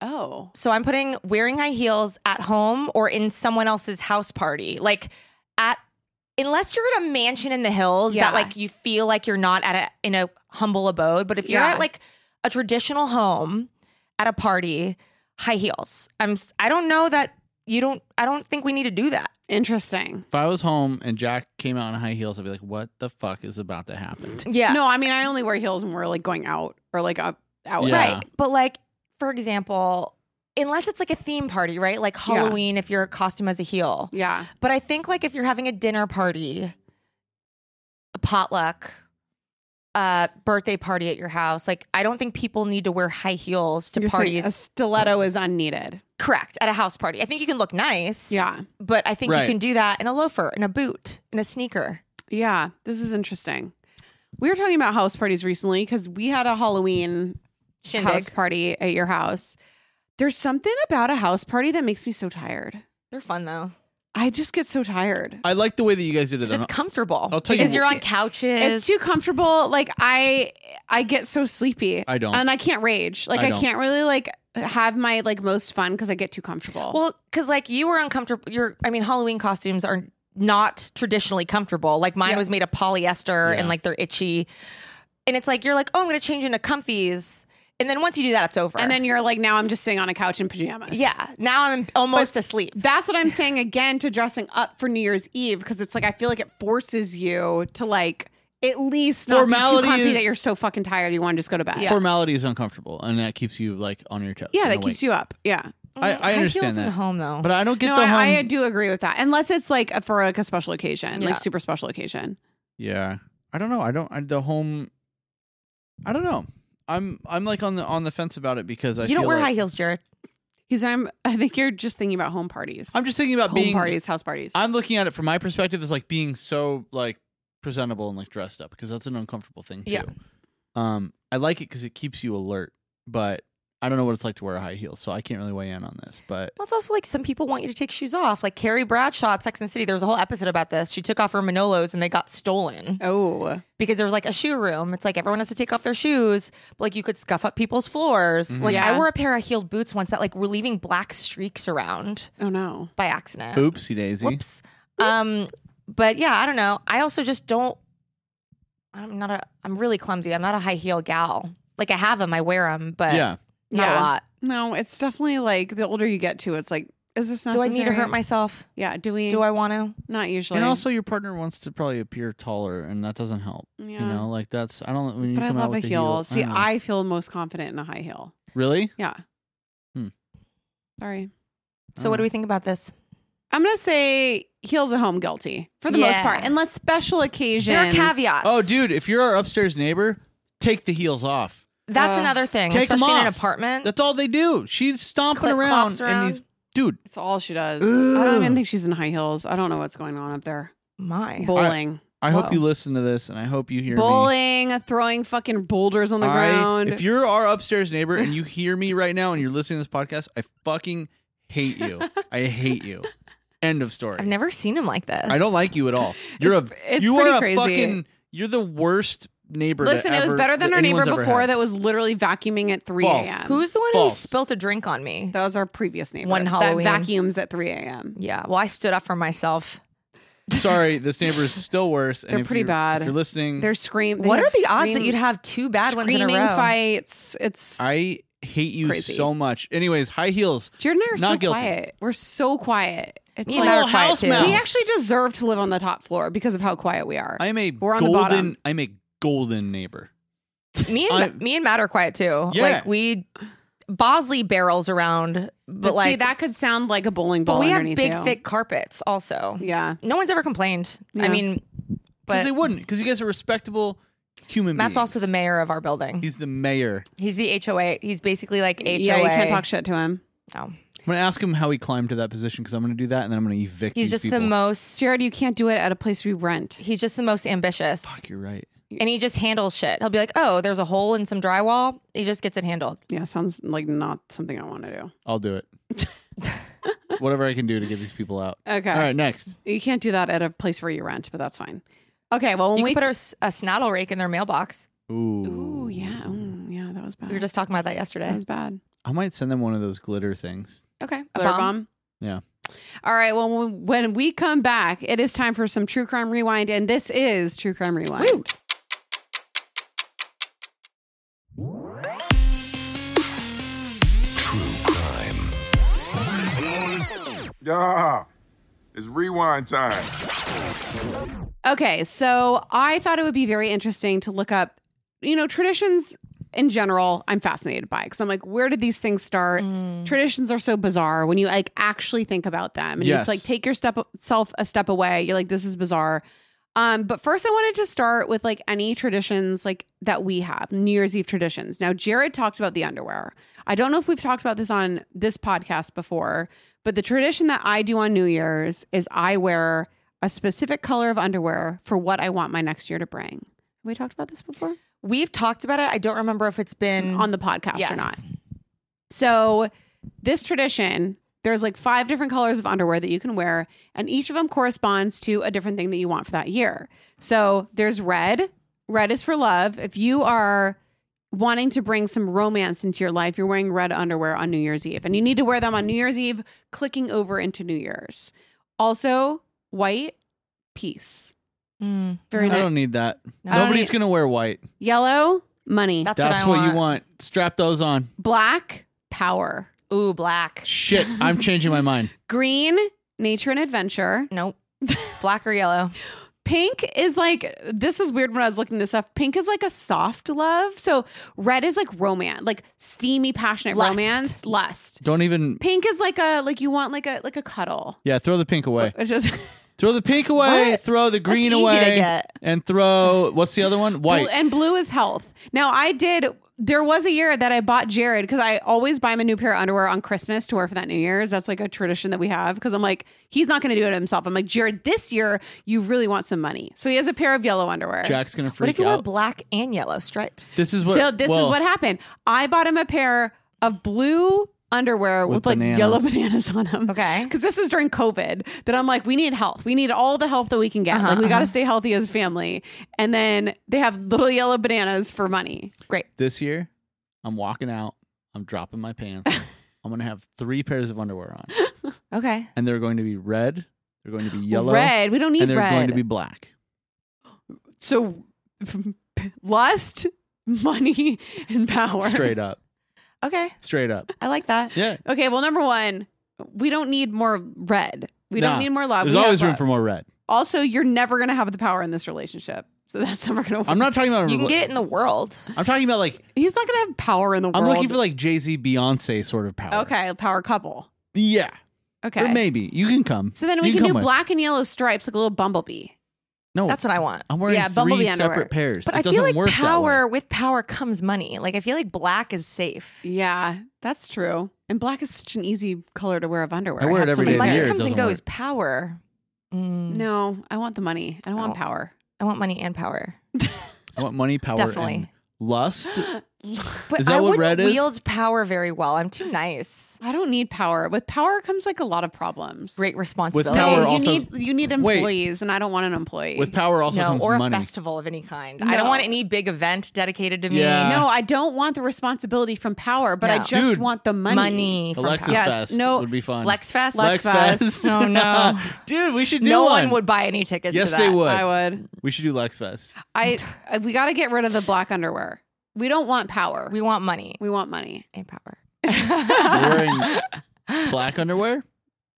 A: Oh.
C: So I'm putting wearing high heels at home or in someone else's house party. Like at unless you're at a mansion in the hills
A: Yeah.
C: that like you feel like you're not at a in a humble abode, but if you're
A: Yeah.
C: at like a traditional home at a party, high heels. I'm s- I don't know that you don't I don't think we need to do that.
A: Interesting.
B: If I was home and Jack came out in high heels, I'd be like, "What the fuck is about to happen?"
C: Yeah.
A: No, I mean I only wear heels when we're like going out or like up out.
B: Yeah.
C: Right. But like, for example, unless it's like a theme party, right? Like Halloween if you're costume as a heel.
A: Yeah.
C: But I think like if you're having a dinner party, a potluck, uh birthday party at your house, like I don't think people need to wear high heels to
A: You're saying
C: parties.
A: a stiletto is unneeded.
C: Correct. At a house party. I think you can look nice.
A: Yeah.
C: But I think
B: Right.
C: you can do that in a loafer, in a boot, in a sneaker.
A: Yeah. This is interesting. We were talking about house parties recently because we had a Halloween
C: Shindig.
A: house party at your house. There's something about a house party that makes me so tired.
C: They're fun though.
A: I just get so tired.
B: I like the way that you guys did it.
C: Because
B: on-
C: it's comfortable.
B: I'll tell you
C: because
B: what-
C: are on couches.
A: It's too comfortable. Like I I get so sleepy.
B: I don't.
A: And I can't rage. Like
B: I
A: I,
B: don't.
A: can't really like have my like most fun because I get too comfortable.
C: Well, because like you were uncomfortable. Your, I mean, Halloween costumes are not traditionally comfortable. Like mine
A: Yeah.
C: was made of polyester
B: Yeah.
C: and like they're itchy. And it's like you're like, oh, I'm gonna change into comfies, and then once you do that, it's over.
A: and then you're like, now I'm just sitting on a couch in pajamas.
C: yeah, now I'm almost asleep.
A: That's what I'm saying again to dressing up for New Year's Eve because it's like I feel like it forces you to like at least not be
B: Formality
A: too comfy
B: is-
A: that you're so fucking tired you want to just go to bed.
B: Formality is uncomfortable, and that keeps you like on your toes.
A: Yeah,
B: and
A: that keeps
B: awake.
A: you up. Yeah.
B: I, I
C: High heels
B: understand
C: in the
B: that,
C: home though.
B: but I don't get
A: no,
B: the home.
A: I, I do agree with that. Unless it's like a, for like a special occasion,
C: Yeah.
A: like super special occasion.
B: Yeah, I don't know. I don't. I, the home. I don't know. I'm I'm like on the on the fence about it because I
C: you don't
B: feel
C: wear
B: like-
C: high heels, Jared.
A: Because I'm, I think you're just thinking about home parties.
B: I'm just thinking about
A: home
B: being.
A: parties, house parties.
B: I'm looking at it from my perspective as like being so like presentable and like dressed up because that's an uncomfortable thing too.
C: Yeah.
B: Um, I like it because it keeps you alert, but I don't know what it's like to wear a high heel, so I can't really weigh in on this. But
C: Well, it's also like some people want you to take shoes off. Like Carrie Bradshaw at Sex and the City, there was a whole episode about this. She took off her Manolos and they got stolen.
A: oh,
C: because there's like a shoe room. It's like everyone has to take off their shoes, but like you could scuff up people's floors.
B: Mm-hmm.
C: Like
A: Yeah.
C: I wore a pair of heeled boots once that like were leaving black streaks around
A: oh no.
C: by accident.
B: oopsie daisy.
C: Whoops. Um, but yeah, I don't know. I also just don't. I'm not a. I'm really clumsy. I'm not a high heel gal. Like I have them, I wear them, but
B: Yeah,
C: not
A: Yeah.
C: a lot.
A: No, it's definitely like the older you get to, it's like, is this
C: Do I
A: necessary?
C: need to hurt myself?
A: Yeah. Do we?
C: Do I want to?
A: Not usually.
B: and also your partner wants to probably appear taller, and that doesn't help.
A: yeah.
B: You know, like that's I don't. When you
A: but I
B: come out
A: love a
B: with
A: heel.
B: Heel,
A: See,
B: don't know.
A: I feel most confident in a high heel.
B: really.
A: Yeah.
B: Hmm.
A: Sorry.
C: So
B: Mm.
C: what do we think about this?
A: I'm gonna say heels at home guilty for the most
C: Yeah.
A: part, unless special occasions.
C: There are caveats.
B: Oh, dude, if you're our upstairs neighbor, take the heels off.
C: that's
A: Uh,
C: another thing,
B: take 'em
C: especially in an
B: off.
A: Mm.
C: apartment.
B: That's all they do. She's stomping
C: Clip
B: around,
C: clops
B: in these
C: around.
B: dude.
A: That's all she does. I don't even think she's in high heels. I don't know what's going on up there.
C: My
A: Bowling,
B: I
C: Whoa.
B: hope you listen to this, and I hope you hear me.
A: bowling, throwing fucking boulders on the
B: I-
A: ground.
B: if you're our upstairs neighbor and you hear me right now and you're listening to this podcast, I fucking hate you. I hate you. End of story.
C: I've never seen him like this.
B: I don't like you at all. You're
A: It's-
B: a
A: it's
B: you
A: pretty
B: are a
A: crazy.
B: fucking you're the worst neighbor. that
A: Listen, it was
B: ever-
A: better than
B: that
A: our neighbor
B: anyone's ever
A: before
B: had.
A: that was literally vacuuming at 3
B: False.
A: a.m.
C: Who's the one
B: False.
C: who spilt a drink on me?
A: that was our previous neighbor.
C: One Halloween.
A: That vacuums at 3 a.m.
C: Yeah. Well, I stood up for myself.
B: Sorry, this neighbor is still worse. and
A: They're
B: if
A: pretty
B: you're-
A: bad.
B: If you're listening,
A: They're scream. they
C: what
A: have
C: are the odds that
A: scream-
C: you'd have two bad ones in a
A: screaming
C: row?
A: fights? It's
B: I hate you
A: Crazy.
B: so much. Anyways, high heels.
A: Jared and I are
B: Not
A: so
B: guilty.
A: quiet. We're so quiet. It's
C: Me
A: like-
C: and Matt
B: Full
C: are quiet,
B: house
C: too.
B: mouse.
A: we actually deserve to live on the top floor because of how quiet we are.
B: I am a
A: We're on the
B: golden.
A: bottom.
B: I'm a golden neighbor.
C: Me and
B: I-
C: me and Matt are quiet too.
B: Yeah.
C: Like we Bosley barrels around, but,
A: but
C: like
A: see, that could sound like a bowling ball.
C: but we have
A: underneath
C: big
A: you.
C: thick carpets also.
A: Yeah,
C: No one's ever complained.
A: Yeah.
C: I mean,
B: Because
C: but
B: they wouldn't. Because you guys are respectable human.
C: Matt's
B: beings.
C: also the mayor of our building. He's,
B: He's the mayor.
C: the HOA. He's basically like HOA.
A: yeah. You can't talk shit to him.
C: No.
B: I'm gonna ask him how he climbed to that position because I'm gonna do that and then I'm gonna evict.
C: He's
B: these
C: just
B: people.
C: the most
A: Jared, you can't do it at a place we rent.
C: he's just the most ambitious.
B: Fuck, you're right.
C: And he just handles shit. He'll be like, "Oh, there's a hole in some drywall." He just gets it handled.
A: Yeah, sounds like not something I want to do.
B: I'll do it. Whatever I can do to get these people out.
A: Okay,
B: All right, next.
A: you can't do that at a place where you rent, but that's fine. Okay, well, when
C: you
A: we
C: could put a, s- a snaddle rake in their mailbox.
B: Ooh.
A: Ooh, yeah, Ooh, yeah, that was bad.
C: We were just talking about that
A: that
C: yesterday.
A: was bad.
B: I might send them one of those glitter things.
C: Okay, a
A: Glitter
C: bomb.
A: bomb.
B: Yeah.
A: All right. Well, when- when we come back, it is time for some true crime rewind, and this is true crime rewind.
C: Woo.
G: Yeah, it's rewind time.
A: Okay, so I thought it would be very interesting to look up, you know, traditions in general. I'm fascinated by because I'm like, where did these things start?
C: Mm.
A: Traditions are so bizarre when you like actually think about them, and you have
B: Yes.
A: to like take your step self a step away. You're like, this is bizarre. Um, but first, I wanted to start with like any traditions like that we have New Year's Eve traditions. Now, Jared talked about the underwear. I don't know if we've talked about this on this podcast before, but the tradition that I do on New Year's is I wear a specific color of underwear for what I want my next year to bring. Have we talked about this before
C: We've talked about it. I don't remember if it's been
A: on the podcast
C: Mm. Yes.
A: or not? So, this tradition, there's like five different colors of underwear that you can wear, and each of them corresponds to a different thing that you want for that year. So, there's red. Red is for love. If you are wanting to bring some romance into your life, you're wearing red underwear on New Year's Eve, and you need to wear them on New Year's Eve, clicking over into New Year's. Also, white, peace.
C: Mm,
A: Very
B: I
A: nice.
B: don't need that.
C: No.
A: I don't
B: Nobody's
A: need-
B: gonna wear white.
A: Yellow, money.
C: that's,
B: That's,
C: what,
B: what,
C: I want.
B: you want. Strap those on.
A: Black, power.
C: Ooh, black.
B: Shit, I'm changing my mind.
A: Green, nature and adventure.
C: Nope. black or yellow.
A: Pink is like this was weird when I was looking this up. Pink is like a soft love. So red is like romance, like steamy, passionate
C: Lust.
A: romance, lust.
B: Don't even.
A: Pink is like a like you want like a like a cuddle.
B: Yeah, throw the pink away.
A: Which is
B: Throw the pink away. Throw the green
C: easy to
B: away.
C: get.
B: And throw what's the other one? White.
A: Blue- and blue is health. Now I did. There was a year that I bought Jared because I always buy him a new pair of underwear on Christmas to wear for that New Year's. That's like a tradition that we have because I'm like, he's not going to do it himself. I'm like, Jared, this year you really want some money, so he has a pair of yellow underwear.
B: Jack's gonna freak
C: What if you
B: out.
C: were black and yellow stripes?
B: this is what.
A: so this
B: well,
A: is what happened. I bought him a pair of blue underwear with,
B: With
A: like
B: bananas.
A: yellow bananas on them.
C: Okay.
A: Because this is during COVID that I'm like, we need health. We need all the help that we can get. like we got to stay healthy as a family. And then they have little yellow bananas for money.
C: Great.
B: This year, I'm walking out. I'm dropping my pants. I'm gonna have three pairs of underwear on,
C: Okay.
B: and they're going to be red. They're going to be yellow.
A: Red. We don't need
B: And they're
A: red.
B: going to be black.
A: so lust, money, and power.
B: Straight up.
C: Okay.
B: Straight up.
C: I like that.
B: Yeah.
A: Okay. Well, number one, we don't need more red. We
B: Nah.
A: don't need more love.
B: There's
A: We have
B: always room
A: love.
B: for more red.
A: Also, you're never gonna have the power in this relationship. So that's never gonna work.
B: I'm not talking about.
C: You can get it in the world.
B: I'm talking about like.
A: He's not gonna have power in the
B: I'm
A: world.
B: looking for like Jay Z, Beyonce sort of power.
A: okay, power couple.
B: Yeah.
A: Okay.
B: Or maybe you can come.
A: so then
B: You
A: we can,
B: come
A: do
B: with-
A: black and yellow stripes, like a little bumblebee.
B: No,
C: That's what I want.
B: I'm wearing
A: Yeah,
B: three
A: bumblebee
B: separate
A: underwear.
B: pairs.
C: But
B: it
C: I
B: doesn't
C: feel like
B: work that way.
C: power with power comes money. Like I feel like black is safe.
A: Yeah, that's true. And black is such an easy color to wear of underwear.
B: I wear
A: have
B: it
A: so
B: every
A: many
B: day of the
C: money
B: year, it
A: pairs.
C: comes and
B: doesn't
C: goes.
B: work.
C: Power. Mm,
A: No, I want the money. I don't want
C: Oh.
A: power.
C: I want money and power.
B: I want money, power,
C: Definitely.
B: and lust.
C: But
B: Is that
C: I
B: what
C: wouldn't
B: red is?
C: wield power very well. I'm too nice.
A: I don't need power. With power comes like a lot of problems.
C: Great
A: No,
C: responsibility.
B: power
A: you
B: also-
A: need you need
B: Wait.
A: employees, and I don't want an employee.
B: With power also
C: no,
B: comes
C: or
B: money.
C: a festival of any kind.
A: No.
C: I don't want any big event dedicated to me.
B: Yeah.
A: no, I don't want the responsibility from power, but I
C: No.
A: just
B: Dude.
A: want the money.
C: Money. from
B: Alexis
C: power.
A: Yes,
B: Fest
A: no,
B: would be fun.
C: Lexfest.
A: Lex-
B: Lexfest.
A: Fest.
C: Oh, no.
B: dude, we should do
C: No
B: one.
C: one would buy any tickets.
B: Yes,
C: to
B: they
C: that.
B: would.
A: I would.
B: We should do Lexfest.
A: I I- we got to get rid of the black underwear. We don't want power.
C: We want money
A: we want money.
C: and power.
B: We're wearing black underwear,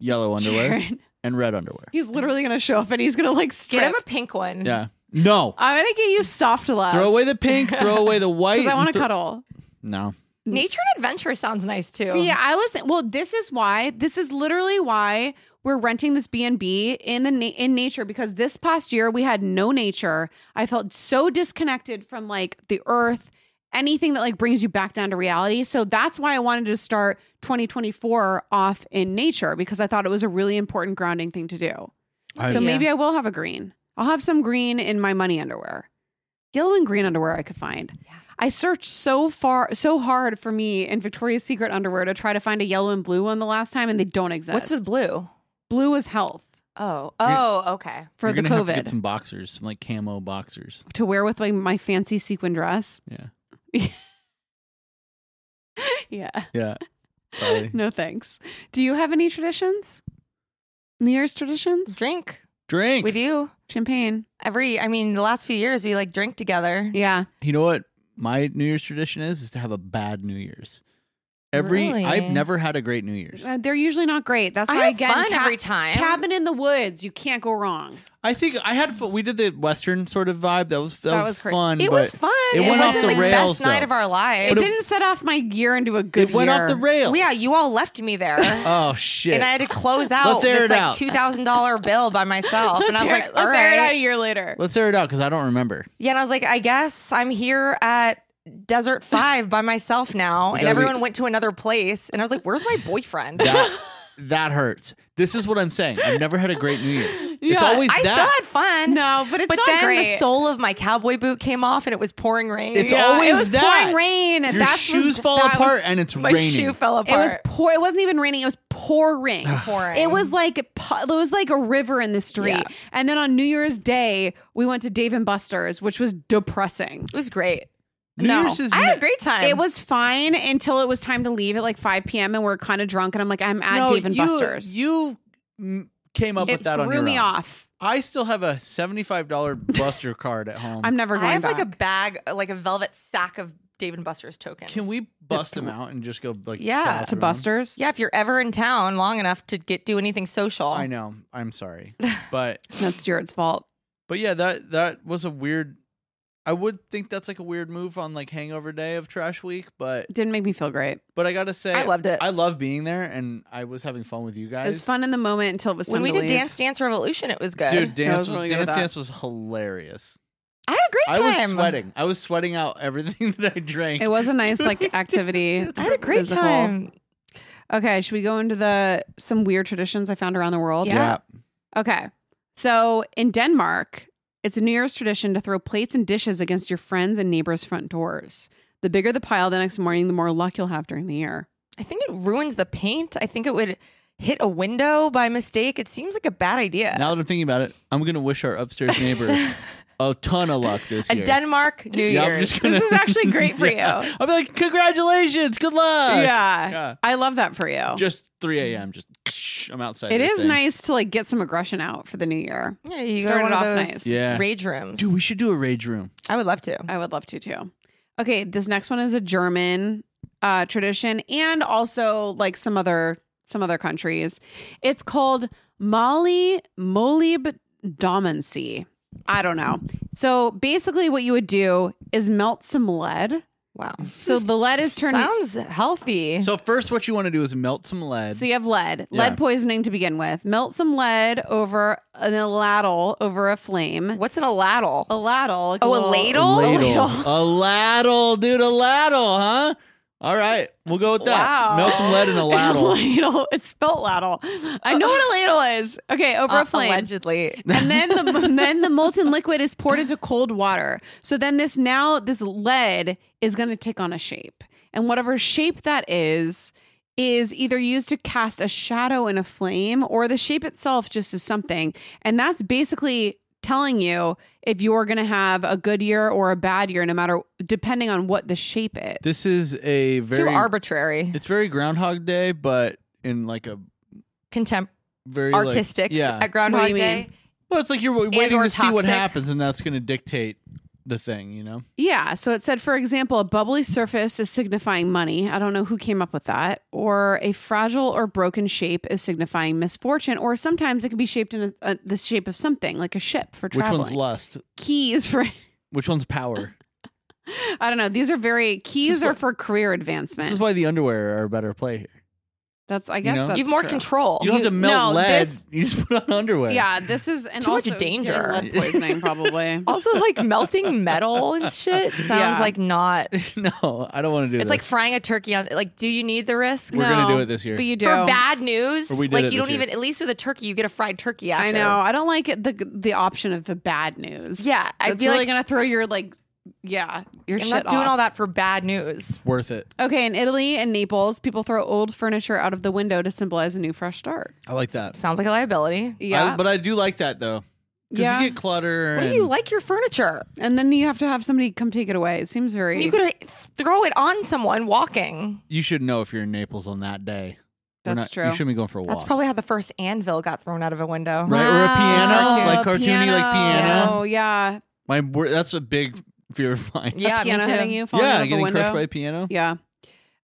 B: yellow underwear,
A: Jared,
B: and red underwear.
A: he's literally gonna show up and he's gonna like
C: Get
A: strip.
C: him a pink one.
B: Yeah. No.
A: I'm gonna get you soft love.
B: Throw away the pink. Throw away the white.
A: because Uh, I
B: and
A: want to
B: thro-
A: cuddle.
B: No.
C: Nature and adventure sounds nice too.
A: See, I was well. This is why. This is literally why we're renting this B and B in the na- in nature because this past year we had no nature. I felt so disconnected from like the earth, anything that like brings you back down to reality. So that's why I wanted to start 2024 off in nature because I thought it was a really important grounding thing to do.
B: I-
A: so
C: Yeah.
A: maybe I will have a green. I'll have some green in my money underwear. Yellow and green underwear I could find. I searched so far, so hard for me in Victoria's Secret underwear to try to find a yellow and blue one the last time, and they don't exist.
C: What's with blue?
A: blue? Is health
C: Oh, oh, okay.
A: for
B: You're
A: the
B: gonna have to
A: COVID
B: get
A: to,
B: some boxers, some like camo boxers.
A: wear with like my fancy sequin dress.
B: Yeah.
A: Yeah,
B: Yeah. Probably.
A: no thanks. Do you have any traditions? New Year's traditions?
C: Drink
B: Drink.
C: with you
A: Champagne.
C: every. I mean, the last few years we like drink together.
A: Yeah,
B: You know what my New Year's tradition is? Is to have a bad New Year's. Every
C: Really?
B: I've never had a great New Year's.
A: Uh, they're usually not great. That's
C: I
A: why
C: have
A: again,
C: fun every time.
A: Cabin in the woods, you can't go wrong.
B: I think I had fu- we did the Western sort of vibe. That was that,
A: That
B: was,
A: was great.
B: fun.
C: It
B: but
C: was fun.
B: It, went
C: wasn't
B: off the
C: like
B: rails.
C: best night
B: though.
C: of our lives.
A: It didn't set off my year into a good.
B: It went off
A: year.
B: the rails.
C: Well, yeah, you all left me there.
B: Oh shit!
C: And I had to close out
B: Let's air
C: this
B: it
C: like
B: out.
C: two thousand dollar bill by myself, and I was like,
A: Let's
C: "All
A: air it out a
C: right,
A: year later.
B: Let's air it out because I don't remember.
C: yeah." And I was like, "I guess I'm here at Desert Five by myself now," and
B: gotta be-
C: everyone went to another place, and I was like, "Where's my boyfriend?"
B: That that hurts. This is what I'm saying. I've never had a great New Year's. It's
A: Yeah,
B: always
C: I still
B: that.
C: had fun.
A: No, but it's
C: but
A: not
C: then the
A: great.
C: sole of my cowboy boot came off, and it was pouring rain.
B: It's
A: Yeah,
B: always
A: it was
B: that.
A: pouring rain.
B: Your
A: That's
B: shoes
A: what's-
B: fall
A: that
B: apart
A: was-
B: and it's
C: my
B: raining.
C: shoe fell apart.
A: It was pour. It wasn't even raining. It was pouring.
C: Pouring.
A: It was like pu- it was like a river in the street.
C: Yeah.
A: And then on New Year's Day, we went to Dave and Buster's, which was depressing.
C: It was great.
B: New
C: no,
B: Year's is
C: I
B: ne-
C: had a great time.
A: It was fine until it was time to leave at like 5 p.m. and we are kind of drunk. And I'm like, I'm at
B: No,
A: Dave and
B: you,
A: Buster's.
B: You mm, came up
A: it
B: with that
A: threw
B: on your
A: me
B: own.
A: off.
B: I still have a seventy-five dollar Buster card at home.
A: I'm never going
C: I have
A: back.
C: like a bag, like a velvet sack of Dave and Buster's tokens.
B: Can we bust them out and just go like
C: Yeah.
B: battle
C: To
A: to
B: through 'em?
A: Buster's.
C: Yeah, if you're ever in town long enough to get do anything social.
B: I know. I'm sorry, but
A: That's Jared's fault.
B: But yeah, that that was a weird. I would think that's like a weird move on like Hangover Day of Trash Week, but
A: It didn't make me feel great.
B: but I gotta say,
C: I loved it.
B: I love being there, and I was having fun with you
A: It was
B: guys.
A: fun in the moment until it was time
C: When we
A: to
C: did
A: leave.
C: Dance Dance Revolution, it was good.
B: dude.
A: I was
B: Dance was,
A: really good at
B: dance
A: that.
B: dance was hilarious.
C: I had a
B: I
C: great time.
B: was sweating. I was sweating out everything that I drank.
A: It was a nice like activity.
C: I had a great
A: Physical.
C: time.
A: Okay, should we go into the some weird traditions I found around the world?
C: Yeah.
A: Okay. So in Denmark, it's a New Year's tradition to throw plates and dishes against your friends and neighbors' front doors. The bigger the pile the next morning, the more luck you'll have during the year.
C: I think it ruins the paint. I think it would hit a window by mistake. It seems like a bad idea.
B: Now that I'm thinking about it, I'm gonna wish our upstairs neighbor a ton of luck this
C: a
B: year.
C: Denmark New
B: Yeah, I'm
C: Year's.
B: just gonna-
A: This is actually great for
B: Yeah.
A: you.
B: I'll be like, congratulations, good luck.
A: yeah.
B: Yeah.
A: I love that for you.
B: Just 3 a.m. Just I'm outside.
A: it
B: your
A: is
B: thing.
A: nice to like get some aggression out for the new year.
C: Yeah, you go
A: Start
C: to
A: it
C: one of
A: off
C: those
A: nice.
B: Yeah.
C: rage rooms.
B: Dude, we should do a rage room.
C: I would love to.
A: I would love to too. Okay, this next one is a German uh, tradition and also like some other some other countries. It's called Mali Molib Domancy. I don't know. So basically, what you would do is melt some lead.
C: Wow.
A: So the lead is turned.
C: Sounds healthy.
B: So first, what you want to do is melt some lead.
A: so you have lead,
B: Yeah.
A: lead poisoning to begin with. Melt some lead over an a ladle over a flame.
C: What's in a ladle?
A: A ladle. like
C: Oh, a
A: little-
C: ladle?
B: ladle, a ladle, dude, a ladle, huh? All right, we'll go with that.
A: Wow.
B: Melt some lead in a ladle.
A: ladle. It's spelt ladle. I know what a ladle is. Okay, over
C: Uh,
A: a flame.
C: allegedly.
A: and then the then the molten liquid is poured into cold water. So then this now this lead is going to take on a shape. And whatever shape that is is either used to cast a shadow in a flame or the shape itself just is something. And that's basically telling you if you're going to have a good year or a bad year no matter depending on what the shape is.
B: This is a
C: Too
B: very
C: arbitrary.
B: It's very Groundhog Day, but in like a
C: Contempt
B: very like-
C: artistic
B: yeah,
C: at Groundhog
A: What do you
C: Day.
A: mean?
B: well, it's like you're wa- waiting
C: or
B: to see what
C: toxic.
B: happens, and that's going to dictate the thing, you know.
A: Yeah. So it said, for example, a bubbly surface is signifying money. I don't know who came up with that. Or a fragile or broken shape is signifying misfortune. Or sometimes it can be shaped in a, a, the shape of something, like a ship for traveling.
B: Which one's lust?
A: Keys for,
B: Which one's power?
A: I don't know. These are very, keys
B: is
A: are
B: what-
A: for career
B: this
A: advancement.
B: is why the underwear are a better play here.
A: that's, I guess
B: know?
A: that's
C: you have more
A: true.
C: control.
B: You don't have to melt
A: no,
B: lead.
A: this-
B: you just put on underwear.
A: Yeah. This is, and
C: Too much
A: also
C: danger.
A: getting lead poisoning probably.
C: also, like melting metal and shit sounds
A: Yeah.
C: like not. It's
B: no, I don't want to do. this.
C: like frying a turkey on. Like, do you need the risk?
B: we're gonna
A: No,
B: do it this year.
A: But you do.
C: For bad news,
B: Or we did
C: like
B: it
C: you
B: this
C: don't
B: year.
C: even. At least with a turkey, you get a fried turkey after.
A: I know. I don't like it, the the option of the bad news.
C: Yeah, I'd
A: It's
C: be
A: really
C: like-
A: gonna throw your like, yeah, your
C: I'm
A: shit
C: not doing
A: off.
C: all that for bad news.
B: Worth it.
A: Okay, in Italy and Naples, people throw old furniture out of the window to symbolize a new fresh start.
B: I like that.
C: Sounds like a liability.
A: Yeah.
B: I, but I do like that though. Because
A: Yeah.
B: you get clutter.
C: What if
B: and
C: you like your furniture?
A: and then you have to have somebody come take it away. It seems very
C: You could uh, throw it on someone walking.
B: You should know if you're in Naples on that day. We're
A: That's
B: not-
A: true.
B: You shouldn't be going for a walk.
C: That's probably how the first anvil got thrown out of a window.
B: right or a piano, like cartoony, like piano.
A: Oh yeah.
B: My wor- that's a big fear of mine.
C: Yeah, me
A: piano
C: too.
A: hitting you, falling
B: yeah,
A: out the
B: getting
A: window.
B: crushed by a piano.
A: yeah.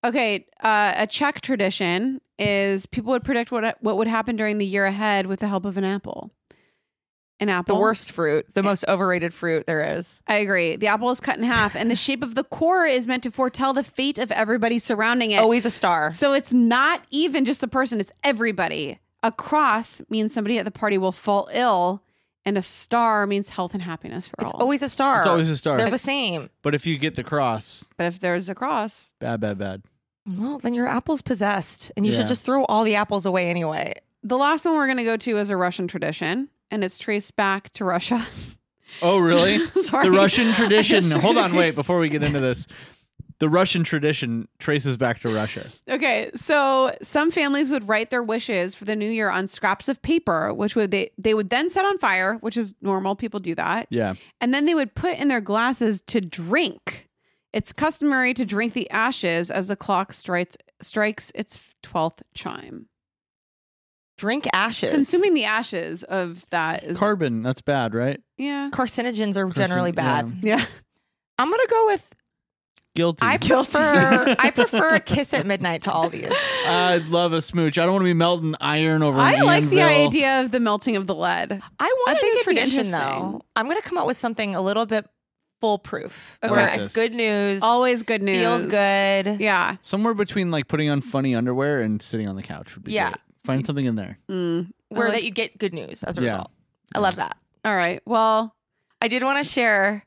A: Okay, uh, a Czech tradition is people would predict what what would happen during the year ahead with the help of an apple. An
C: The
A: apple.
C: worst fruit, the most overrated fruit there is.
A: I agree. The apple is cut in half, and the shape of the core is meant to foretell the fate of everybody surrounding it.
C: Always a star.
A: So it's not even just the person, it's everybody. A cross means somebody at the party will fall ill, and a star means health and happiness for
C: It's
A: all.
C: always a star.
B: It's always a star.
C: They're the same.
B: But if you get the cross,
A: but if there's a cross,
B: bad, bad, bad.
C: Well, then your apple's possessed, and you
B: Yeah.
C: should just throw all the apples away anyway.
A: the last one we're going to go to is a Russian tradition, and it's traced back to Russia.
B: Oh, really?
A: Sorry.
B: the Russian
A: I
B: tradition.
A: just-
B: Hold on, wait, before we get into this. The Russian tradition traces back to Russia.
A: Okay, so some families would write their wishes for the new year on scraps of paper, which would they they would then set on fire, which is normal. People do that,
B: Yeah.
A: and then they would put in their glasses to drink. It's customary to drink the ashes as the clock strikes strikes its twelfth chime.
C: Drink ashes.
A: Consuming the ashes of that is
B: Carbon, that's bad, right?
A: yeah
C: carcinogens are generally
B: Carcin-
C: bad.
B: yeah.
A: yeah.
C: I'm gonna go with
B: Guilty.
C: I prefer I prefer a kiss at midnight to all these.
B: I'd love a smooch. I don't want to be melting iron over
A: I
B: an
A: like the
B: anvil.
A: idea of the melting of the lead.
C: I want
A: I
C: a
A: think
C: new
A: it'd be
C: tradition
A: interesting.
C: though. I'm gonna come up with something a little bit foolproof.
A: Okay.
C: Where
B: I like
C: it's
B: this.
C: good news.
A: Always good news.
C: feels good.
A: Yeah.
B: Somewhere between like putting on funny underwear and sitting on the couch would be
C: Yeah.
B: great. Find something in there.
A: Mm. I
C: Where
A: like-
C: that you get good news as a
B: Yeah.
C: result. I love that.
A: All right. Well.
C: I did want to share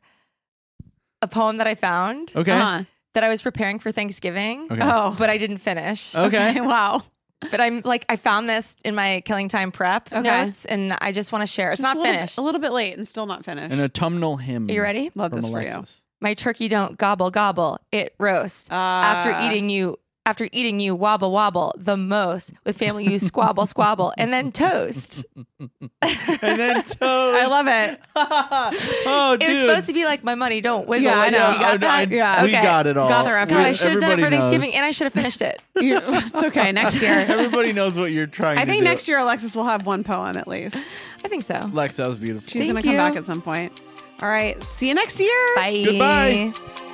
C: a poem that I found
B: Okay.
A: uh-huh.
C: that I was preparing for Thanksgiving.
B: Okay.
A: Oh.
C: But I didn't finish.
B: Okay.
A: Wow.
C: But I'm like, I found this in my killing time prep
A: Okay.
C: notes, and I just want to share. It's
A: Just
C: not
A: a little-
C: finished.
A: A little bit late and still not finished.
B: An autumnal hymn.
C: Are you ready?
A: Love
B: From
A: this for you.
B: Alexis.
C: My turkey don't gobble gobble, it roast.
A: Ah.
C: after eating you, after eating you, wobble wobble the most. With family, you squabble squabble, and then toast.
B: and then toast.
A: I love it.
B: oh,
C: It
B: dude.
C: was supposed to be like my money don't wiggle.
A: Yeah, I
C: wiggle."
A: know.
C: You got
B: I-
C: that?
B: I-
A: Yeah,
B: we
A: okay.
B: got it all.
A: Got the reference.
C: God, I should have done it
B: Everybody
C: for Thanksgiving,
B: knows.
C: and I should have finished it.
A: You- it's okay. Next year.
B: Everybody knows what you're trying
A: I
B: to
A: think
B: do.
A: next year Alexis will have one poem at least.
C: I think so.
B: Lex, that was beautiful.
A: She's
C: Thank
A: gonna come
C: you.
A: back at some point. All right. See you next year.
C: Bye.
B: Goodbye.